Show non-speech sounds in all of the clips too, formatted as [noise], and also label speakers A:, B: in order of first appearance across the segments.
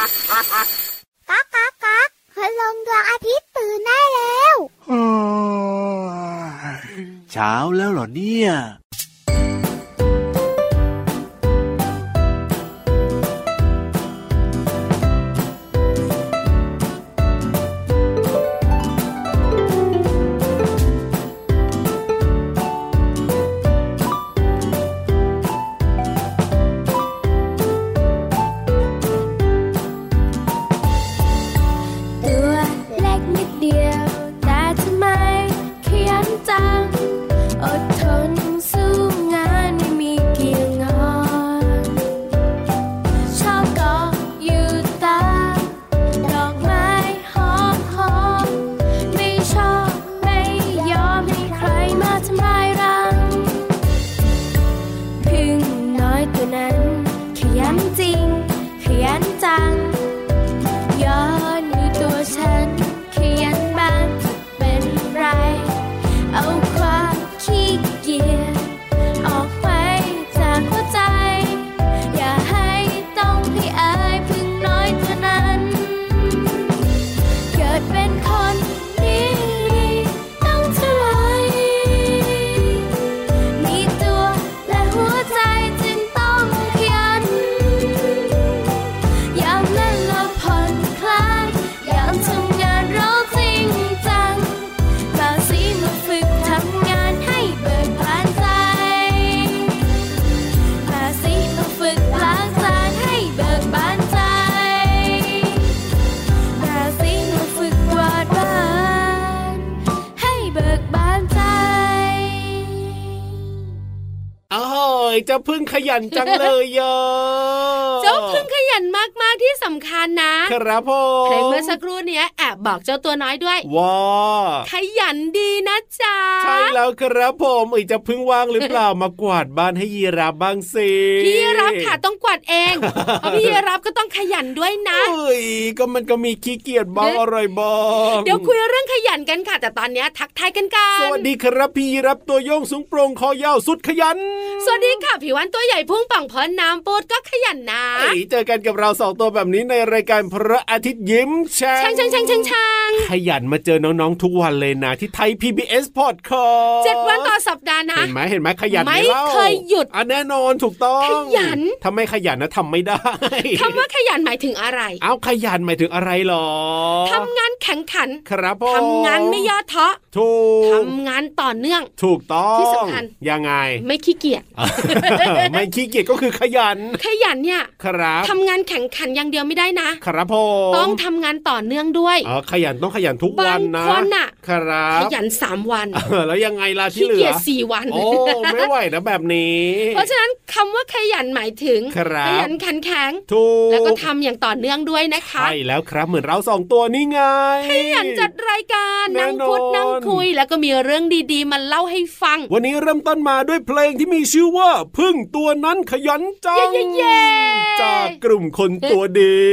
A: ก๊ากก๊ากก๊ากคืลงดวงอาทิตย์ตื่นได้แล้ว
B: เช้าแล้วเหรอเนี่ย
C: ตัวเล็กนิดเดียว แต่ทำไมขยันจัง อดทนสู้งานไม่มีเกี่ยงงอนชอบเกาะอยู่ตามดอกไม้หอมหอมไม่ชอบไม่ยอมให้ใครมาทำลายรัง พึ่งน้อยตัวนั้น ขยันจริง ขยันจัง ย้อนดูตัวฉันขยันบ้างจะเป็นไร เอาความขี้เกียจออกไปจากหัวใจ อย่าให้ต้องให้อายพึ่งน้อยเท่านั้น เกิดเป็นคนดีต้องเท่าไหรมีตัวและหัวใจจึงต้องขยัน ยามเล่นละผ่อนคลายยามทำงานเราจริงจังมาสีมาฝึกทำงานให้เบิกบานใจมาสีมาฝึกล้างจานให้เบิกบานใจมาสีมาฝึกกวาดบ้านให้เบิกบานใจ
D: โอ้ยเจะพึ่งขยันจังเลยเยอ
E: เจ้าพึ่งขยันมากๆที่สำคัญนะครับ
D: ผม
E: เพลงเมื่อสักครู่เนี้ยแอบบอกเจ้าตัวน้อยด้วย
D: ว้า
E: ขยันดีนะจ๊ะ
D: ใช่แล้วครับผมเอ้ยเจะพึ่งว่างหรือเปล่าม [laughs] ากวาดบ้านให้ยีราฟบ้างสิ
E: พี่รับค่ะต้องกวาดเอง
D: [laughs]
E: เพราะพี่รับก็ต้องขยันด้วยนะ
D: เอ้ยก็มันก็มีขี้เกียจบ้าง
E: เดี๋ยว
D: อะไรบ้าง
E: เดี๋ยวคุยเรื่องขยันกันค่ะ แต่ตอนเนี้ยทักทายกันกัน
D: สวัสดีครับพี่ยีรับตัวโยงสูงโปร่งคอยาวสุดขยัน
E: สวัสดีค่ะผิววันตัวใหญ่พุ่งป่องพอน้ำปูดก็ขยันนะ
D: เอ้ยเจอกันกับเราสองตัวแบบนี้ในรายการพระอาทิตย์ยิ้มแฉ่
E: ช่างช่างช่างช่างช่าง
D: ขยันมาเจอน้องๆทุกวันเลยนะที่ไทย PBS Podcast
E: เจ็ดวันต่อสัปดาห์นะ
D: เห็นไหมเห็นไหมขยันห
E: ไม่
D: ล่า
E: เคยหยุด
D: อ่ะแน่นอนถูกต้อง
E: ขยัน
D: ทำไมขยันนะทำไม่ได้
E: คำว่าขยันหมายถึงอะไร
D: เอาขยันหมายถึงอะไรหรอ
E: ทำงานแข็งขัน
D: ครับผม
E: ทำงานไม่ย่อท้อ
D: ถู
E: ท
D: ก
E: ำงานต่อเนื่อง
D: ถูกต้อง
E: ที่สำคัญ
D: ยังไง
E: ไม่ขี้เกียจ
D: ไม่ขี้เกียจก็คือขยัน
E: ขยันเนี่ย
D: ครับ
E: ทำงานแข่งขันอย่างเดียวไม่ได้นะ
D: ครับผม
E: ต้องทำงานต่อเนื่องด้วย
D: อ๋อขยันต้องขยันทุก
E: บาง
D: วันนะ
E: คนน่ะ
D: ครับ
E: ขยันสามวัน
D: เออแล้วยังไงล่ะที่
E: ขี้
D: เหลื
E: เกี
D: อย
E: จสี่วัน
D: โอ้ไม่ไหวนะแบบนี้
E: เพราะฉะนั้นคำว่าขยันหมายถึง
D: ครับ
E: ขยันขันแข็ง
D: ถูก
E: แล้วก็ทำอย่างต่อเนื่องด้วยนะคะ
D: ใช่แล้วครับเหมือนเราสองตัวนี่ไง
E: ขยันจัดรายการ
D: แน่นอ
E: นั่
D: น
E: งพูดนั่งคุย แล้วก็มีเรื่องดีๆมาเล่าให้ฟัง
D: วันนี้เริ่มต้นมาด้วยเพลงที่มีชื่อว่า พึ่งตัวนั้นขยันจัง
E: เย่เย่เย่
D: จากกลุ่มคนตัวดี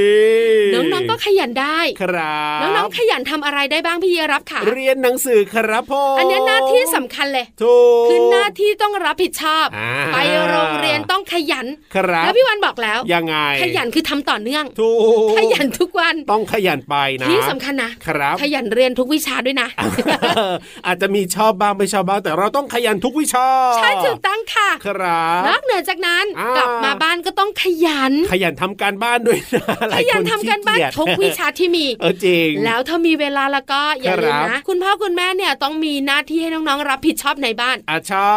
E: น้องๆก็ขยันได้
D: ครับ
E: น้องๆขยันทำอะไรได้บ้างพี่เยรับค่ะ
D: เรียนหนังสือครับพ่อ
E: อั
D: อั
E: นเนี้ยหน้าที่สำคัญเลย
D: ถูก
E: คือหน้าที่ต้องรับผิดชอบ
D: อ่า
E: ไปโรงเรียนต้องขยัน
D: ครับ
E: แล้วพี่วันบอกแล้ว
D: ยังไง
E: ขยันคือทำต่อเนื่อง
D: ถูก
E: ขยันทุกวัน
D: ต้องขยันไปนะ
E: ที่สำคัญนะ
D: ครับ
E: ขยันเรียนทุกวิชาด้วยนะ
D: [laughs] อาจจะมีชอบบ้างไม่ชอบบ้างแต่เราต้องขยันทุกวิชา
E: ใช่ถูกต้องค่ะ
D: ครับ
E: นอกเหนือจากนั้น
D: อ่าก ก
E: ลับมาบ้านก็ต้องขยัน
D: ขยันทำการบ้านด้วย
E: [laughs]
D: นะห
E: ข
D: ลาย
E: ยั
D: คน น
E: ทำกันบ้าน
D: ขี้เยจ
E: ทุกวิชาที่มี
D: เออจริง
E: แล้วถ้ามีเวลาแล้วก็อย่าลืม
D: ครั
E: นะ
D: บ
E: คุณพ่อคุณแม่เนี่ยต้องมีหน้าที่ให้น้องๆรับผิดชอบในบ้าน
D: อ่ะใช่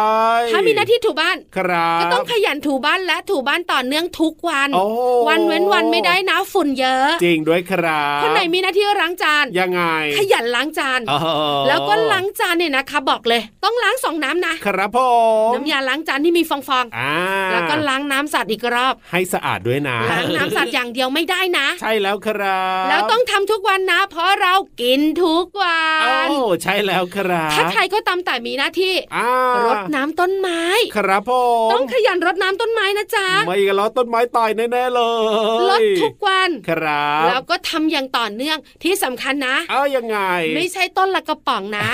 E: ถ้ามีหน้าที่ถูบ้าน
D: ครับ
E: ก็ต้องขยันถูบ้านและถูบ้านต่อเนื่องทุกวัน
D: โอ้
E: วันเว้นวันไม่ได้นะฝุ่นเยอะ
D: จริงด้วยครับ
E: คนไหนมีหน้าที่ล้างจาน
D: ยังไง
E: ขยันล้างจาน
D: อ๋อ
E: แล้วก็ล้างจานเนี่ยนะคะ บอกเลย ต้องล้างสองน้ำนะ
D: ครับผม
E: น้ำยาล้างจานที่มีฟอง
D: อ่า
E: ๆ แล้วก็ล้างน้ำสะอาดอีกรอบ
D: ให้สะอาดด้วยนะ
E: ล้างน้ำสะอาดอย่างเดียวไม่ได้นะ
D: ใช่แล้วครับ
E: แล้วต้องทำทุกวันนะ เพราะเรากินทุกวั
D: โอ้
E: น
D: ใช่แล้วครับ
E: ถ้าใครก็ตามแต่มีหน้าที่
D: อ่าร
E: ดน้ำต้นไม้
D: ครับผม
E: ต้องขยันรดน้ำต้นไม้นะจ๊ะ
D: ไม่กันแล้วต้นไม้ตายแน่ๆเลย
E: รดทุกวัน
D: ครับ
E: แล้วก็ทำอย่างต่อเนื่องที่สำคัญนะ
D: เอ้ายังไง
E: ไม่ใช่ต้นละกระป๋อง
D: [laughs]
E: นะ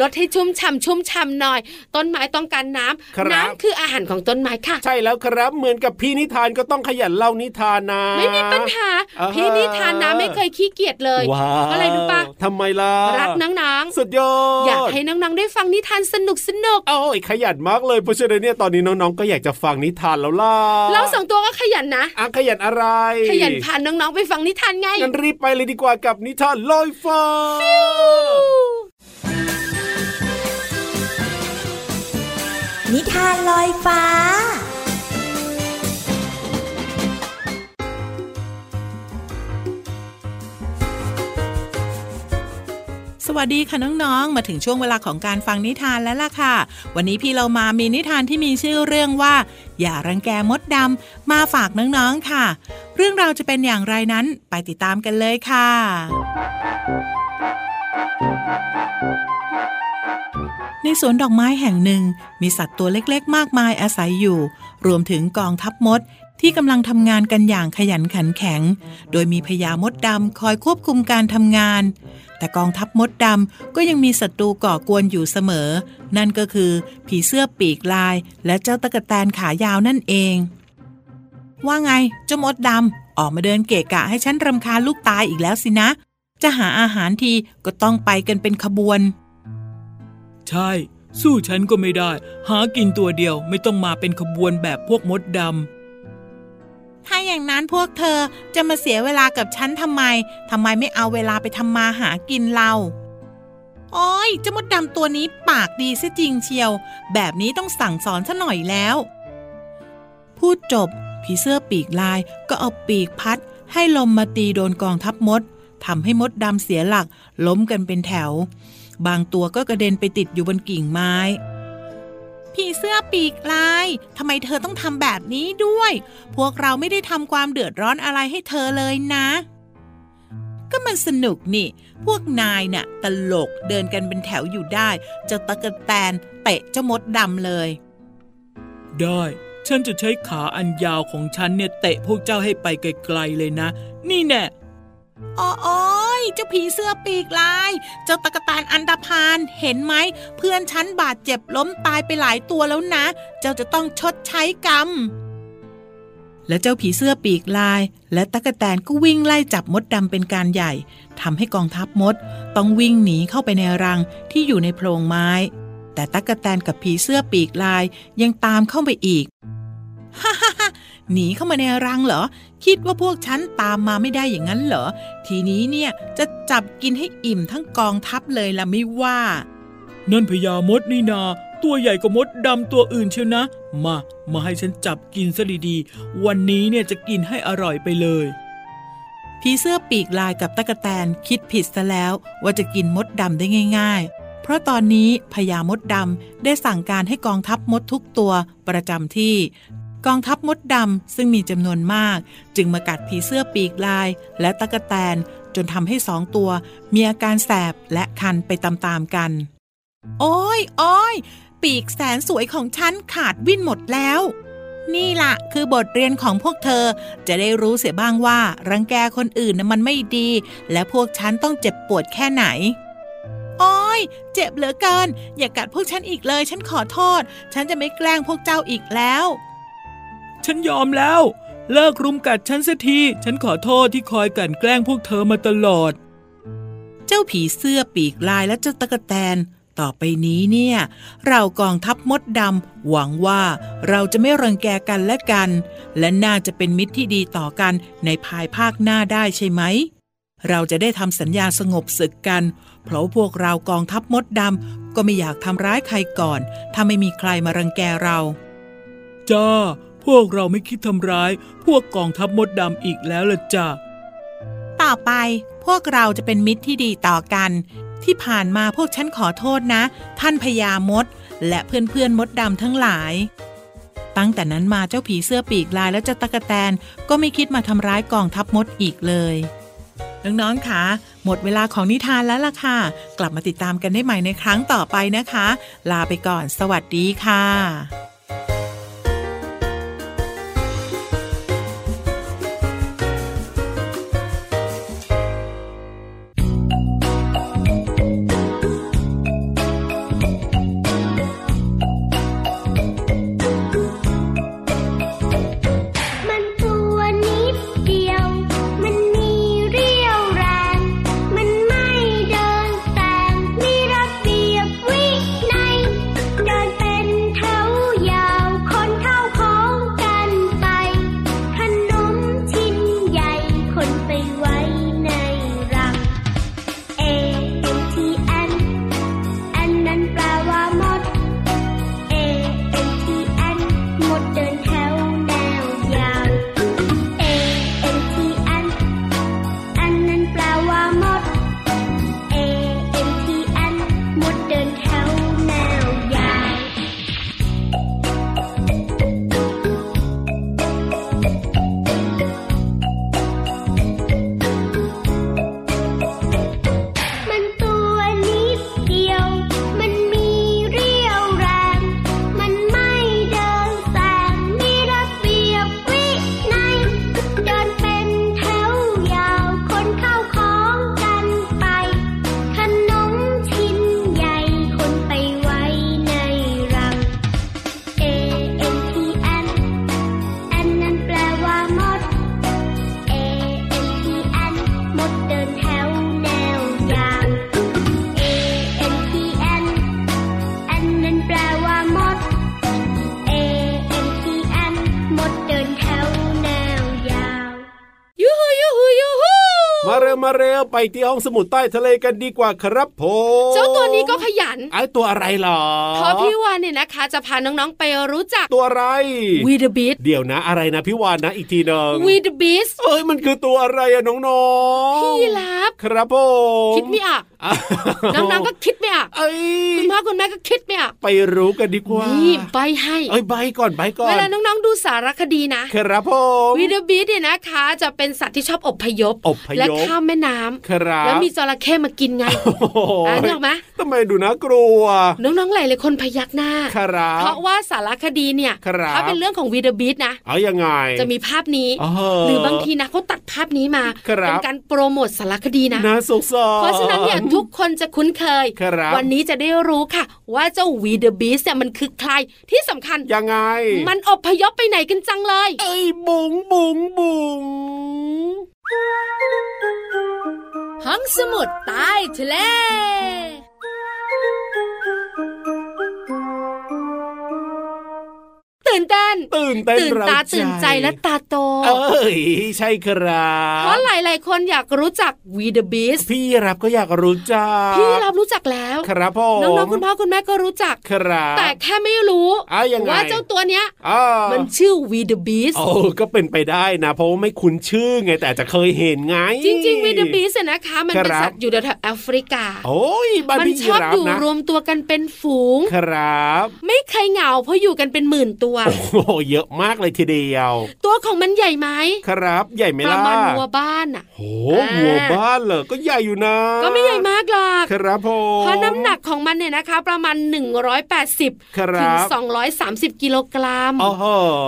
E: ลดให้ชุ่มฉ่ำชุ่มฉ่ำหน่อย ต้นไม้ต้องการน้ำ
D: ครับ
E: น้ำคืออาหารของต้นไม้ค่ะ
D: ใช่แล้วครับเหมือนกับพี่ นิทานก็ต้องขยันเล่านิทานนะ
E: ไม่มีปัญหา
D: อ่าฮะ
E: พี่นิทานนะไม่เคยขี้เกียจเลย
D: ว้าว
E: เพราะอะไรรู้ปะ
D: ทำไมล่ะ
E: รักนัง
D: สุดยอด
E: ๆอยากให้นังๆได้ฟังนิทานสนุกสนุก
D: โอ้ยขยันมากเลยเพราะฉะนั้นเนี่ยตอนนี้น้องๆก็อยากจะฟังนิทานแล้วล่ะ
E: ๆเราสองตัวก็ขยันนะ
D: อ่ะขยันอะไร
E: ขยันพาน้องๆไปฟังนิทานไง
D: งั้นรีบไปเลยดีกว่ากับนิทานลอยฟ้า
F: นิทานลอยฟ้า
G: สวัสดีค่ะน้องๆ มาถึงช่วงเวลาของการฟังนิทานแล้วล่ะค่ะ วันนี้พี่เรามามีนิทานที่มีชื่อเรื่องว่า อย่ารังแกมดดำมาฝากน้องๆค่ะ เรื่องราวจะเป็นอย่างไรนั้นไปติดตามกันเลยค่ะ ในสวนดอกไม้แห่งหนึ่ง มีสัตว์ตัวเล็กๆ มากมายอาศัยอยู่ รวมถึงกองทัพมด ที่กำลังทำงานกันอย่างขยันขันแข็ง โดยมีพญามดดำคอยควบคุมการทำงาน แต่กองทัพมดดำก็ยังมีศัตรูก่อกวนอยู่เสมอ นั่นก็คือ ผีเสื้อปีกลาย และเจ้าตะกแตนขายาวนั่นเอง ว่าไงเจ้ามดดำออกมาเดินเกะกะให้ฉันรำคาญลูกตายอีกแล้วสินะ จะหาอาหารทีก็ต้องไปกันเป็นขบวน
H: ใช่ สู้ฉันก็ไม่ได้ หากินตัวเดียวไม่ต้องมาเป็นขบวนแบบพวกมดด
G: ถ้าอย่างนั้นพวกเธอจะมาเสียเวลากับฉันทำไม ทำไมไม่เอาเวลาไปทำมาหากินเราโอ้ยเจ้ามดดำตัวนี้ปากดีซะจริงเชียว แบบนี้ต้องสั่งสอนซะหน่อยแล้ว พูดจบ ผีเสื้อปีกลายก็เอาปีกพัด ให้ลมมาตีโดนกองทัพมดทำให้มดดำเสียหลัก ล้มกันเป็นแถว บางตัวก็กระเด็นไปติดอยู่บนกิ่งไม้ ผีเสื้อปีกลายทำไมเธอต้องทำแบบนี้ด้วย พวกเราไม่ได้ทำความเดือดร้อนอะไรให้เธอเลยนะ ก็มันสนุกนี่ พวกนายน่ะตลกเดินกันเป็นแถวอยู่ได้ เจ้าตะกะแตนเตะเจ้ามดดำเลย
H: ำ ได้ ฉันจะใช้ขาอันยาวของฉันเนี่ยเตะพวกเจ้าให้ไปไกลๆเลยนะ นี่แน่
G: โอ้โอยเจ้าผีเสื้อปีกลาย เจ้าตะกะแตนอันดาพานเห็นไหม เพื่อนฉันบาดเจ็บล้มตายไปหลายตัวแล้วนะ เจ้าจะต้องชดใช้กรรม และเจ้าผีเสื้อปีกลาย และตะกะแตนก็วิ่งไล่จับมดดำเป็นการใหญ่ทำให้กองทัพมด ต้องวิ่งหนีเข้าไปในรังที่อยู่ในโพรงไม้ แต่ตะกะแตนกับผีเสื้อปีกลายยังตามเข้าไปอีก ฮ่าฮ่าฮ่าหนีเข้ามาในรังเหรอ คิดว่าพวกฉันตามมาไม่ได้อย่างนั้นเหรอ ทีนี้เนี่ยจะจับกินให้อิ่มทั้งกองทัพเลยละไม่ว่า
H: นั่นพญามดนี่นา ตัวใหญ่กว่ามดดำตัวอื่นเชียวนะ มา มาให้ฉันจับกินซะดีๆ วันนี้เนี่ยจะกินให้อร่อยไปเลย
G: ผีเสื้อปีกลายกับตะกะแตนคิดผิดซะแล้วว่าจะกินมดดำได้ง่าย ๆ เพราะตอนนี้พญามดดำได้สั่งการให้กองทัพมดทุกตัวประจำที่ กองทัพมดดำซึ่งมีจำนวนมาก จึงมากัดผีเสื้อปีกลาย และตะกะแตนจนทำให้สองตัว มีอาการแสบและคันไปตามๆกัน โอ้ยโอ้ยปีกแสนสวยของฉันขาดวิ่นหมดแล้ว นี่ล่ะ คือบทเรียนของพวกเธอ จะได้รู้เสียบ้างว่า รังแกคนอื่นนะมันไม่ดี และพวกฉันต้องเจ็บปวดแค่ไหน โอ้ยเจ็บเหลือเกิน อย่ากัดพวกฉันอีกเลย ฉันขอโทษ ฉันจะไม่แกล้งพวกเจ้าอีกแล้ว
H: ฉันยอมแล้ว เลิกรุมกัดฉันสักที ฉันขอโทษที่คอยกลันแกล้งพวกเธอมาตลอด
G: เจ้าผีเสื้อปีกลายและเจ้าตะกะแตน ต่อไปนี้เนี่ย เรากองทัพมดดำหวังว่าเราจะไม่รังแกกันและกัน และน่าจะเป็นมิตรที่ดีต่อกันในภายภาคหน้าได้ใช่ไหม เราจะได้ทำสัญญาสงบศึกกัน เพราะพวกเรากองทัพมดดำก็ไม่อยากทำร้ายใครก่อน ถ้าไม่มีใครมารังแกเรา
H: จ้า พวกเราไม่คิดทำร้าย พวกกองทัพมดดำอีกแล้วล่ะจ้า
G: ต่อไปพวกเราจะเป็นมิตรที่ดีต่อกัน ที่ผ่านมาพวกฉันขอโทษนะ ท่านพญามด และเพื่อนๆมดดำทั้งหลาย ตั้งแต่นั้นมาเจ้าผีเสื้อปีกลายและเจ้าตะกะแตนก็ไม่คิดมาทำร้ายกองทัพมดอีกเลยน้องๆคะหมดเวลาของนิทานแล้วล่ะค่ะ กลับมาติดตามกันได้ใหม่ในครั้งต่อไปนะคะ ลาไปก่อน สวัสดีค่ะ
F: น
D: วมาเร็วไปที่ห้องสมุดใต้ทะเลกันดีกว่าครับผม
E: เจ้าตัวนี้ก็ขยัน
D: ไอ้ตัวอะไรหรอ
E: เพราะพี่วานเนี่ยนะคะ จะพาน้องๆไปรู้จัก
D: ตัวอะไร
E: วีดบิท
D: เดี๋ยวนะอะไรนะพี่วานนะอีกทีหนึ่ง
E: วีดบิส
D: เอ้ยมันคือตัวอะไรอะน้อง
E: พี่
D: ๆ
E: รับ
D: ครับผม
E: คิดไม่ออก
D: อ้าว
E: น้องๆก็คิดไม่ออก
D: เอ้ย
E: คุณพ่อคุณแม่ก็คิดไม่ออก
D: ไปรู้กันดีกว่า
E: นี่ใบให้
D: เอ้ยใบก่อนใบก่อ
E: เวน ลาน้องๆดูสารคดีนะครับ
D: ผม
E: วีดบิสเนี่ยนะคะ จะเป็นสัตว์ที่ชอบอบพยพ
D: อบพย
E: และ
D: พ
E: ข้ามแม่น้ำ
D: ครับ
E: แล้วมีจระเข้มากินไง
D: โอ้โห
E: อ่านออกไหม
D: ทำไมดูน่ากลัว
E: น้องๆหลายๆคนพยักหน้า
D: ครับ
E: เพราะว่าสารคดีเนี่ย
D: ครับ
E: ถ้าเป็นเรื่องของวีดบิสนะ
D: เอายังไง
E: จะมีภาพนี้
D: อ๋อ
E: หรือบางทีนะเขาตัดภาพนี้มา
D: ครับ
E: เป็นการโปรโมทสารคดีนะ
D: น่าสงสาร
E: เพราะฉะนั้นเนี่ยทุกคนจะคุ้นเคย
D: ครับ
E: วันนี้จะได้รู้ค่ะ ว่าเจ้าวีเดอร์บีสเนี่ยมันคือใครที่สำคัญ
D: ยังไง
E: มันอพยพไปไหนกันจังเลย
D: เอ้ยบุ๋งบุ๋งบุ๋ง
C: ห้องสมุดใต้ทะเล
E: ตื่นเต้น
D: ตื่นเต้น
E: ตื่น
D: เร้
E: ตาตื่นใจและตาโต
D: เอ้ยใช่ครั
E: เพราะ
D: บ
E: หลาย ๆ คนอยากรู้จักวีเดอร์บีส
D: พี่รับก็อยากรู้จัก
E: พี่รับรู้จักแล้ว
D: ครับผ
E: น้อง
D: ม
E: ๆคุณพ่อคุณแม่ก็รู้จัก
D: ครับ
E: แต่แค่ไม่รู้
D: อ่ะยังไง
E: ว่าเจ้าตัวเนี้ย
D: อ่า
E: มันชื่อวีเดอร์บีส
D: โอ้ก็เป็นไปได้นะ เพราะว่าไม่คุ้นชื่อไงแต่อาจจะเคยเห็นไง
E: จริงๆวีเดอร์บีสเนี่ยนะคะ มันเป็น
D: ครับ
E: สัตว์อยู่แถวๆแอฟริกา
D: โอ้ยบ้าน
E: มั
D: พี่
E: ช
D: ยี
E: อบ
D: รั
E: อบ ยู่
D: นะ
E: รวมตัวกันเป็นฝูง
D: ครับ
E: ไม่เคยเหงาเพราะอยู่กันเป็นหมื่นตัว
D: โอ้โหเยอะมากเลยทีเดียว
E: ตัวของมันใหญ่ไหม
D: ครับ ใหญ่ไหม
E: ประ
D: ล่ะ
E: มาณวัวบ้านอ่ะ
D: โอ้โหวัวบ้านเหรอ ก็ใหญ่อยู่นะ
E: ก็ไม่ใหญ่มากหรอก
D: ครับผม
E: เพราะน้ำหนักของมันเนี่ยนะคะ ประมาณ 180
D: ค
E: ถึ
D: รั
E: ง
D: บ
E: 230 กิโลกรัม
D: โอ้โห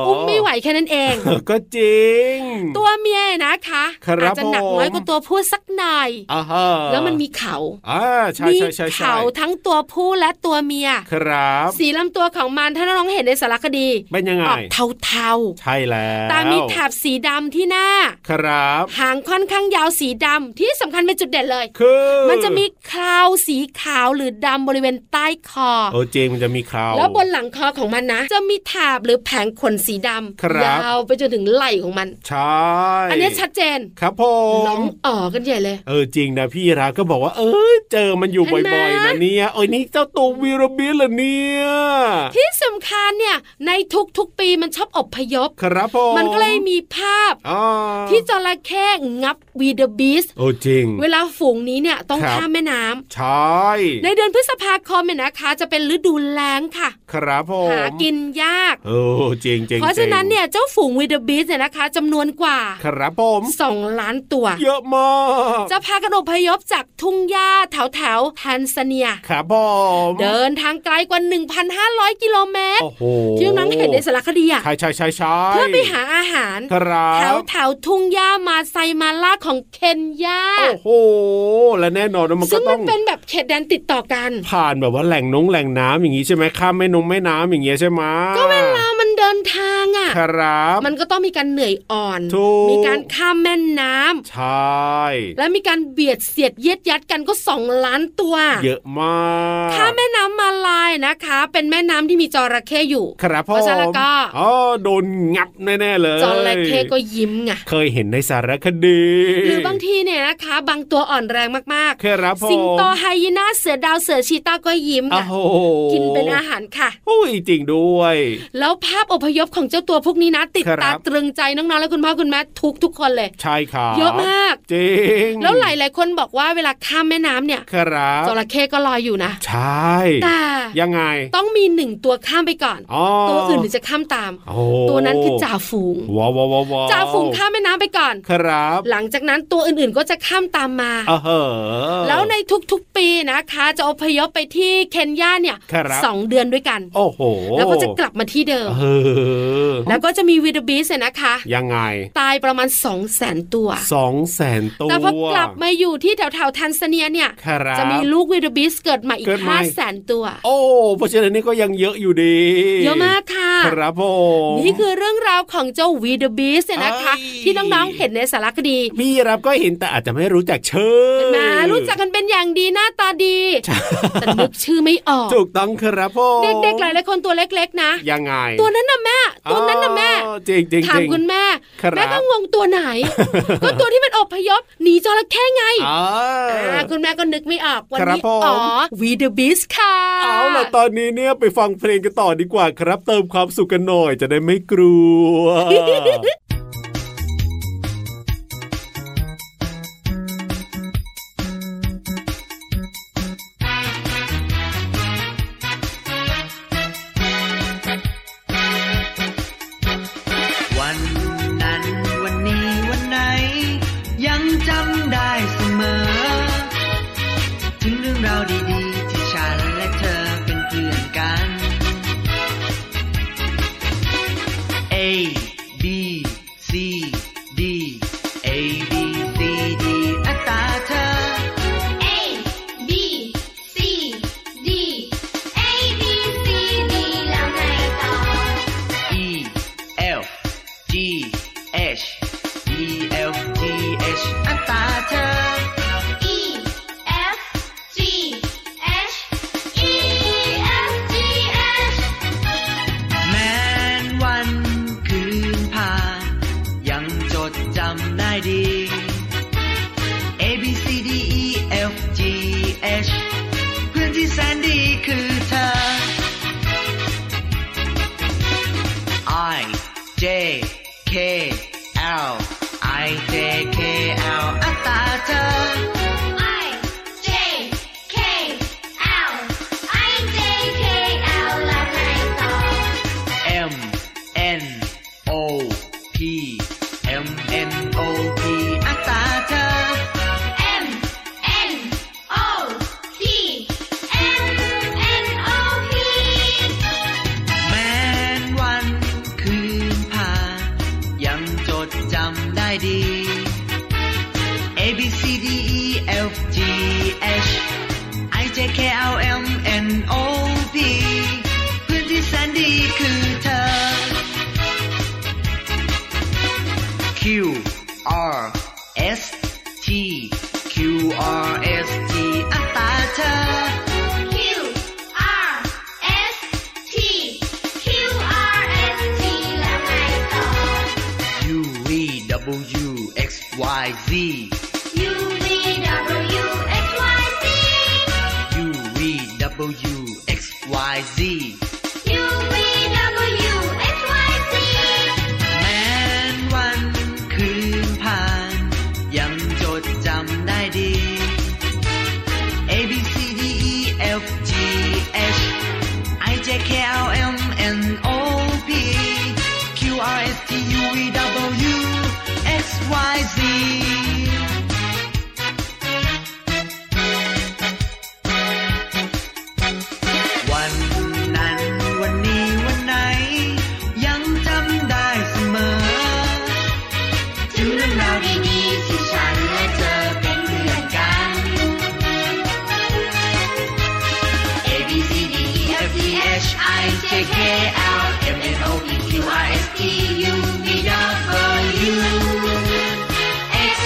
E: อุ้มไม่ไหวแค่นั้นเอง
D: [laughs] เออก็จริง
E: ตัวเมียนะคะ
D: ครับ
E: อาจจะหนักน้อยกว่าตัวผู้สักหน่อย
D: อ่าฮะ
E: แล้วมันมีเขา
D: อ่าใช่
E: มี
D: ใช่ใช่ใช่
E: เขาทั้งตัวผู้และตัวเมีย
D: ครับ
E: สีลำตัวของมันถ้าน้องๆเห็นในสารคดี
D: เป็นยังไง
E: ออกเทา
D: ใช่แล้ว
E: ๆตามีแถบสีดำที่หน้า
D: ครับ
E: หางค่อนข้างยาวสีดำที่สำคัญเป็นจุดเด่นเลย
D: คือ
E: มันจะมีคราวสีขาวหรือดำบริเวณใต้คอ
D: โอ้เจงมันจะมีเขา
E: แล้วบนหลังคอของมันนะ จะมีแถบหรือแผงขนสีด
D: ครั
E: ำ
D: บ
E: ยาวไปจนถึงไหล่ของมัน
D: ใช่
E: อันนี้ชัดเจน
D: ครับผ
E: หล้อ
D: ม
E: มอ๋อกันใหญ่เลย
D: เออจริงนะพี่รักก็บอกว่า เออเจอมันอยู่
E: เห็นไหม
D: บ่อยๆนะเนี่ยเอ้ยนี่เจ้าตัววีรบิลเหรอเนี่ย
E: ที่สำคัญเนี่ยในทุกๆปีมันชอบอบพยพ
D: ครับผม
E: มันก็เลยมีภาพ
D: อ่า
E: ที่จระเข้งับวีเดอร์บีส
D: โอ้จริง
E: เวลาฝูงนี้เนี่ยต้อง
D: ครับ
E: ข้ามแม่น้ำ
D: ใช่
E: ในเดือนพฤษภาคมเนี่ยนะคะ จะเป็นฤดูแล้งค่ะ
D: ครับผม
E: หากินยาก
D: โอ้จริงจริง
E: เพราะฉะนั้นเนี่ยเจ้าฝูงวีเดอร์บีสเนี่ยนะคะจำนวนกว่า
D: ครับผม
E: สองล้านตัว
D: เยอะมาก
E: จะพากันอพยพจากทุ่งหญ้าแถวแถวๆแทนซาเนีย
D: ครับผม
E: เดินทางไกลกว่า 1,500 กิโลเมตร
D: โอ้โห
E: ที่น้องเห็นในสารคดีอะ
D: ใช่ใช่ใช่ใช่
E: เพื่อไปหาอาหาร
D: ครับ
E: แถวแถวๆทุ่งหญ้ามาไซมาล่าของเคนยา
D: โอ้โห และแน่นอนว่ามัน
E: ซึ่
D: ก็
E: ง
D: ต้
E: มั
D: อน ง
E: เป็นแบบเขตแดนติดต่อกัน
D: ผ่านแบบว่าแหล่งนงแหล่งน้ำอย่างนี้ใช่ไหมข้ามแม่นงแม่น้ำอย่างเงี้ยใช่ไหม
E: ก็เวลามันเดินทางอะ
D: ครับ
E: มันก็ต้องมีการเหนื่อยอ่อน
D: ถูก
E: มีการข้ามแม่น้ำ
D: ใช่
E: และมีการเบียดเสียดเยียดยัดกันก็สองล้านตัว
D: เยอะมาก
E: ข้ามแม่น้ำมาลายนะคะ เป็นแม่น้ำที่มีจระเข้อยู่
D: ครับผ
E: เพราะฉะ
D: ม
E: นั้นก็
D: อ๋อโดนงับแน่ๆเลย
E: จระเข้ก็ยิ้มไง
D: เคยเห็นในสารคดี
E: หรือบางทีเนี่ยนะคะ บางตัวอ่อนแรงมาก
D: ครับผม
E: ๆ สิงโตไฮยีน่าเสือดาวเสือชีต้าก็ยิ้ม
D: โอ้
E: ค่ะ
D: โห
E: กินเป็นอาหารค่ะ
D: โอ้ยจริงด้วย
E: แล้วภาพอพยพของเจ้าตัวพวกนี้นะ ติด
D: ครั
E: ตา
D: บ
E: ตรึงใจน้องๆและคุณพ่อคุณแม่ทุกทุกๆคนเลย
D: ใช่ครับ
E: เยอะมาก
D: จริง
E: แล้วหลายๆคนบอกว่าเวลาข้ามแม่น้ำเนี่ย
D: ครับ
E: จระเข้ก็ลอยอยู่นะ
D: ใช่
E: แต่
D: ยังไง
E: ต้องมีหนึ่งตัวข้ามไปก่อน
D: อ๋อ
E: ตัวอื่นถึงจะข้ามตาม
D: โอ้
E: ตัวนั้นคือจ่าฝูง
D: ว้าวว้าวว้าวว้ว
E: จ่าฝูงข้ามแม่น้ำไปก่อน
D: ครับ
E: หลังจากนั้นตัวอื่นๆก็จะข้ามตามมา
D: เออเหอ
E: แล้วในทุกๆปีนะคะ จะอพยพไปที่เคนยาเนี่ย
D: ครับ
E: สองเดือนด้วยกัน
D: โอ้โห
E: แล้วก็จะกลับมาที่เดิม
D: เออ
E: แล้วก็จะมีวีดบีสนะคะ
D: ยังไง
E: ตายประมาณ 2 0 0แสนตัว
D: สองแสนตัว
E: แต่พอกลับมาอยู่ที่แถวๆทันซาเนียเนี่ย
D: ครับ
E: จะมีลูกวีดบีสเกิดมาอี
D: เกิ
E: ก
D: ด
E: ห้า
D: มาอีก
E: แสนตัว
D: โอ้เพราะฉะนั้นนี่ก็ยังเยอะอยู่ดี
E: เยอะมากค่ะ
D: ครับผม
E: นี่คือเรื่องราวของเจ้าวีเดอร์บีสเนี่ยนะคะ
D: เย
E: ที่น้องๆเห็นในสารคดี
D: พี่รับก็เห็นแต่อาจจะไม่รู้จักชื่อ
E: เห็นไหมารู้จักกันเป็นอย่างดีหน้าตาดีแต่นึกชื่อไม่ออก
D: ถูกต้องครับผม
E: เด็กๆหลายๆคนตัวเล็กๆนะ
D: ยังไง
E: ตัวนั้นน่ะ น่ะแม่ ตัวนั้นน่ะแม่
D: อ๋อจริงจริง
E: ถา
D: จ
E: ม
D: ริง
E: คุณแม่
D: ครับ
E: แม่ก็งงตัวไหน ก็ตัวที่มันอบพยพหนีจระเข้ไง
D: อ๋อ
E: าคุณแม่ก็นึกไม่ออกวัน
D: ครับ
E: นี้
D: ผม
E: อ๋อวีเดอะบิสค่ะ
D: เอาล่ะตอนนี้เนี่ยไปฟังเพลงกันต่อดีกว่าครับ เติมความสุขกันหน่อยจะได้ไม่กลั
E: [laughs]
D: ว
I: วันนั้นวันนี้วันไหน ยังจำได้เสมอ ถึงเรื่องราวดีๆ ที่ฉันและเธอเป็นเพื่อนกัน A B C D A B C D อัตราเธอ
J: B C D A B C D แล้วไงต่อ
I: E F G H E F G H อัตราเธอ
J: E F G H E F G H
I: แม้นวันคืนผ่านยังจดจำได้ดี A B C D E F G H เพื่อนที่แสนดีคือเธอ I J K L I J K L อัตราเธอ
J: I J K L I J K L แล้วไงต่อ
I: M N O P M N O P อัตราเธอ
J: M N O P M N O P
I: แม้นวันคืนผ่านยังจดจำได้ดี A B C D E F G H I J K L M N O P เพื่อนที่แสนดีคือเธอ Q R S T Q R S T อัตราเธอ
J: Q R S T Q R S T แล้วไงต่อ
I: U V W X Y Z
J: U V W X Y Z
I: U V W X Y Z
J: U V W X Y Z
I: แม้นวันคืนผ่าน ยังจดจำได้ดี A B C D E F G H I J K L M N O P Q R S T U V W X Y Z วันนั้นวันนี้วันไหน ยังจำได้เสมอ ถึงเรื่องราวดีๆที่ฉันและเธอเป็นเพื่อนกัน A B C D E F G H I J K L M N O P Q R S T U V W X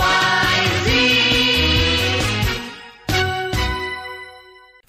I: Y Z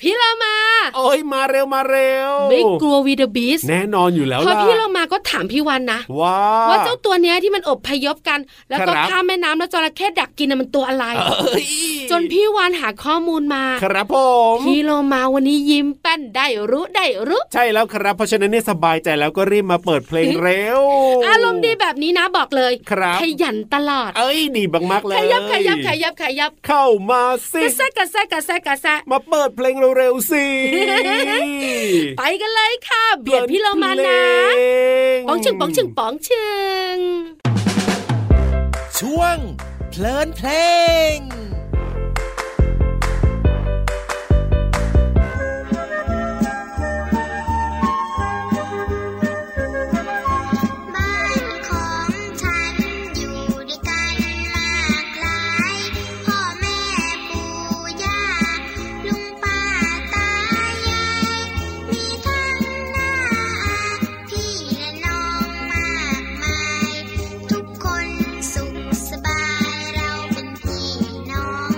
E: พี่เรามา
D: โอ้ยมาเร็วมาเร็ว
E: ไม่กลัววีเดอะบิส
D: แน่นอนอยู่แล้ว
E: เพราะ
D: ล่ะ
E: พี่เรามาก็ถามพี่วันนะ
D: ว้า
E: ว่าเจ้าตัวเนี้ยที่มันอบพยพกัน แล้วก็
D: ครับ
E: ข้ามแม่น้ำแล้วจระเข้ดักกินน่ะมันตัวอะไร
D: เอ้ย
E: จนพี่วานหาข้อมูลมา
D: ครับผม
E: พี่โลมาวันนี้ยิ้มแป้นได้รู้ได้รู้
D: ใช่แล้วครับ เพราะฉะนั้นเนี่ยสบายใจแล้วก็รีบมาเปิดเพลงเร็ว
E: อารมณ์ดีแบบนี้นะบอกเลย
D: ครับ
E: ขยันตลอด
D: เอ้ยดีมากๆเลย
E: ขยับขยับขยับขยับ
D: เข้ามาสิ
E: กระแซะกระแซะกระแซะกระแซะ
D: มาเปิดเพลงเร็วๆสิ
E: ไปกันเลยค่ะ [laughs] เบียดพี่โลมานะป๋องชึงป๋องชึงป๋องชึง
C: ช่วง เพลินเพลง
B: บ้านของฉันอยู่ด้วยกันหลากหลาย พ่อแม่ปู่ย่าลุงป้าตายาย มีทั้งหน้าอาพี่และน้องมากมาย ทุกคนสุขสบายเราเป็นพี่น้อง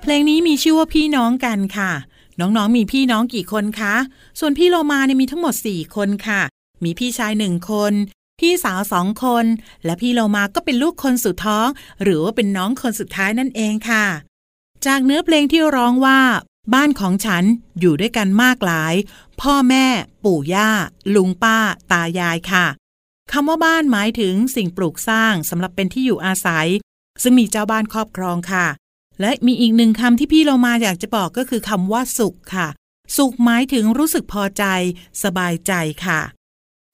G: เพลงนี้มีชื่อว่าพี่น้องกันค่ะ น้องๆมีพี่น้องกี่คนคะ ส่วนพี่โลมาเนี่ยมีทั้งหมด 4 คนค่ะ มีพี่ชายหนึ่งคน พี่สาวสองคน และพี่โลมาก็เป็นลูกคนสุดท้อง หรือว่าเป็นน้องคนสุดท้ายนั่นเองค่ะ จากเนื้อเพลงที่ร้องว่า บ้านของฉันอยู่ด้วยกันมากหลาย พ่อแม่ ปู่ย่า ลุงป้า ตายายค่ะคำว่าบ้านหมายถึงสิ่งปลูกสร้างสำหรับเป็นที่อยู่อาศัย ซึ่งมีเจ้าบ้านครอบครองค่ะ และมีอีกหนึ่งคำที่พี่เรามาอยากจะบอกก็คือคำว่าสุขค่ะ สุขหมายถึงรู้สึกพอใจ สบายใจค่ะ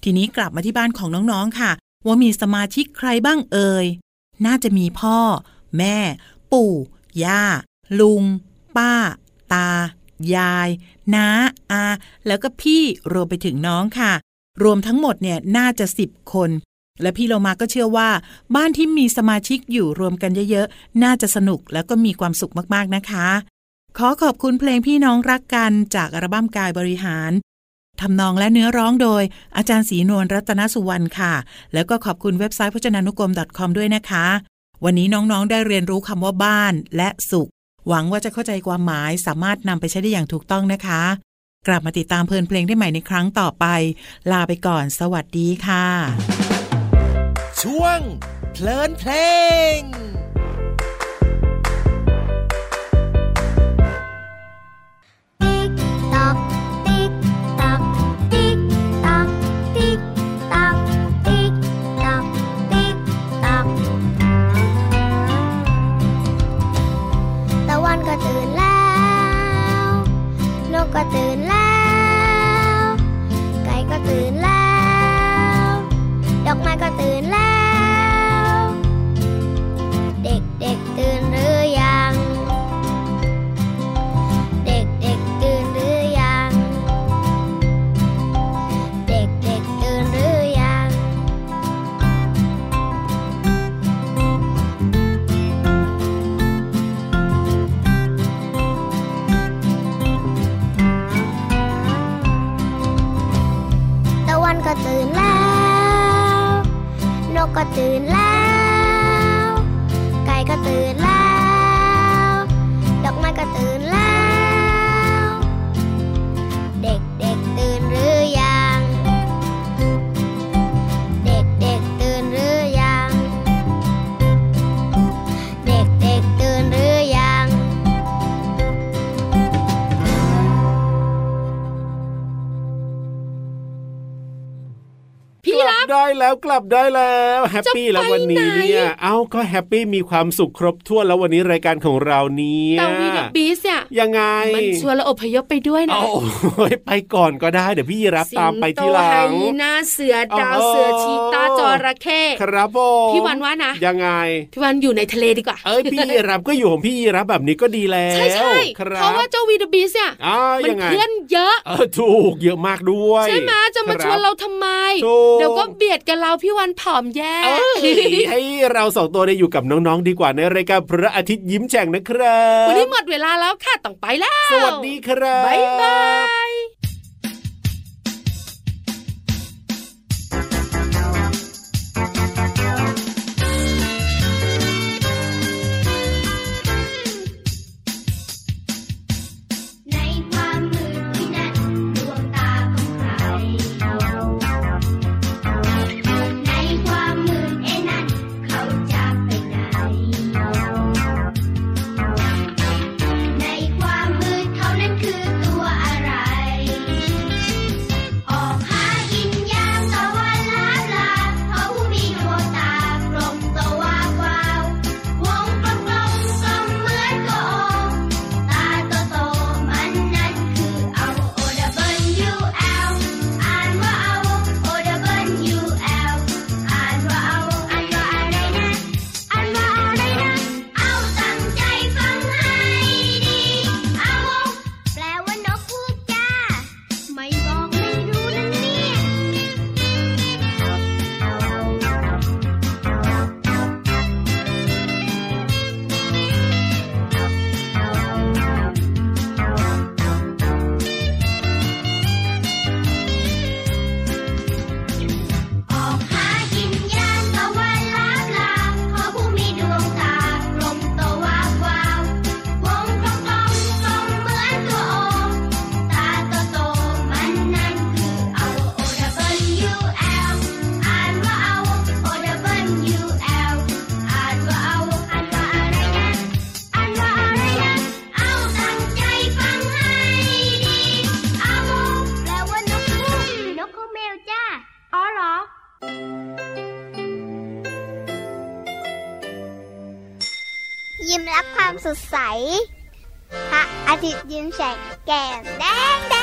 G: ทีนี้กลับมาที่บ้านของน้องๆค่ะ ว่ามีสมาชิกใครบ้างเอ่ย น่าจะมีพ่อ แม่ ปู่ ย่า ลุง ป้า ตา ยาย น้า อา แล้วก็พี่รวมไปถึงน้องค่ะ รวมทั้งหมดเนี่ยน่าจะสิบคน และพี่เรามาก็เชื่อว่า บ้านที่มีสมาชิกอยู่รวมกันเยอะๆ น่าจะสนุกแล้วก็มีความสุขมากๆนะคะ ขอขอบคุณเพลงพี่น้องรักกันจากอัลบั้มกายบริหาร ทำนองและเนื้อร้องโดย อาจารย์ศรีนวลรัตนสุวรรณค่ะ แล้วก็ขอบคุณเว็บไซต์พจนานุกรม .com ด้วยนะคะ วันนี้น้องๆ ได้เรียนรู้คำว่าบ้านและสุข หวังว่าจะเข้าใจความหมายสามารถนำไปใช้ได้อย่างถูกต้องนะคะ กลับมาติดตามเพลินเพลงได้ใหม่ในครั้งต่อไป ลาไปก่อน สวัสดีค่ะ
B: ช่วง เพลินเพลง
A: ติ๊กต๊อกติ๊กต๊อกติ๊กต๊อกติ๊กต๊อกติ๊กต๊อกติ๊กต๊อกตะวันก็ตื่นแล้ว นกก็ตื่นแล้ว ไก่ก็ตื่นแล้ว ดอกไม้ก็ตื่นแล้ว เด็กๆตื่นหรือยัง เด็กๆตื่นหรือยัง เด็กๆตื่นหรือยัง ตะวันก็ตื่นแล้ว นกก็ตื่นแล้ว ไก่ก็ตื่นแล้ว ดอกไม้ก็ตื่นแล้ว เด็กๆตื่นหรือยัง เด็กๆตื่นหรือยัง เด็กๆตื่นหรือยัง
E: พี่
D: กลั
E: รั
D: บบ ได้แล้วกลับได้แล้วแฮปปี้
E: จะไป
D: แล้ววันนี้เนี่ย
E: ไหน
D: เอ้าก็แฮปปี้มีความสุขครบถ้วนแล้ววันนี้รายการของเราเนี่ย
E: เตาวีกับบีสเนี่ย
D: ยังไง
E: มันชวนเราอพยพไปด้วยนะ
D: เอาโอ้ยไปก่อนก็ได้เดี๋ยวพี่รับ
E: สิ
D: ตาม
E: ง
D: ไป
E: โต
D: ทีหลั
E: ไฮ
D: ง
E: ยีน่าเสือดาว
D: โอ้โห
E: เสือชีตาจระเข้
D: ครับผม
E: พี่วันว่านะ
D: ยังไง
E: พี่วันอยู่ในทะเลดีกว่า
D: เอ้ยพี่ยีรับก็อยู่ของพี่ยีรับแบบนี้ก็ดีแล้ว
E: ใช่ใช่
D: คบ
E: เพราะว่าเจ้าวีดบีสเนี่ย
D: อ่า
E: มั
D: ยังไง
E: เพื่อนเยอะ
D: เออถูกเยอะมากด้วย
E: ใช่ไหมจะมาชวน
D: ค
E: เรา
D: บ
E: ทำไม
D: ถูก
E: เดี๋ยวก็เบียดกับเราพี่วันผอมแย่
D: เอ้ยให้เราสองตัวได้อยู่กับน้องๆดีกว่าในรายการพระอาทิตย์ยิ้มแฉ่งนะครับ
E: วันนี้หมดเวลาแล้วค่ะต้องไปแล้ว
D: สวัสดีครับ
E: บ๊ายบาย
A: ในความมืดมิดนั้นดวงตาของใคร ในความมืดเอ็นนั้นเขาจะไปไหน ในความมืดเขานั้นคือตัวอะไร สดใส พระอาทิตย์ยิ้มแฉกแก้มแดงแด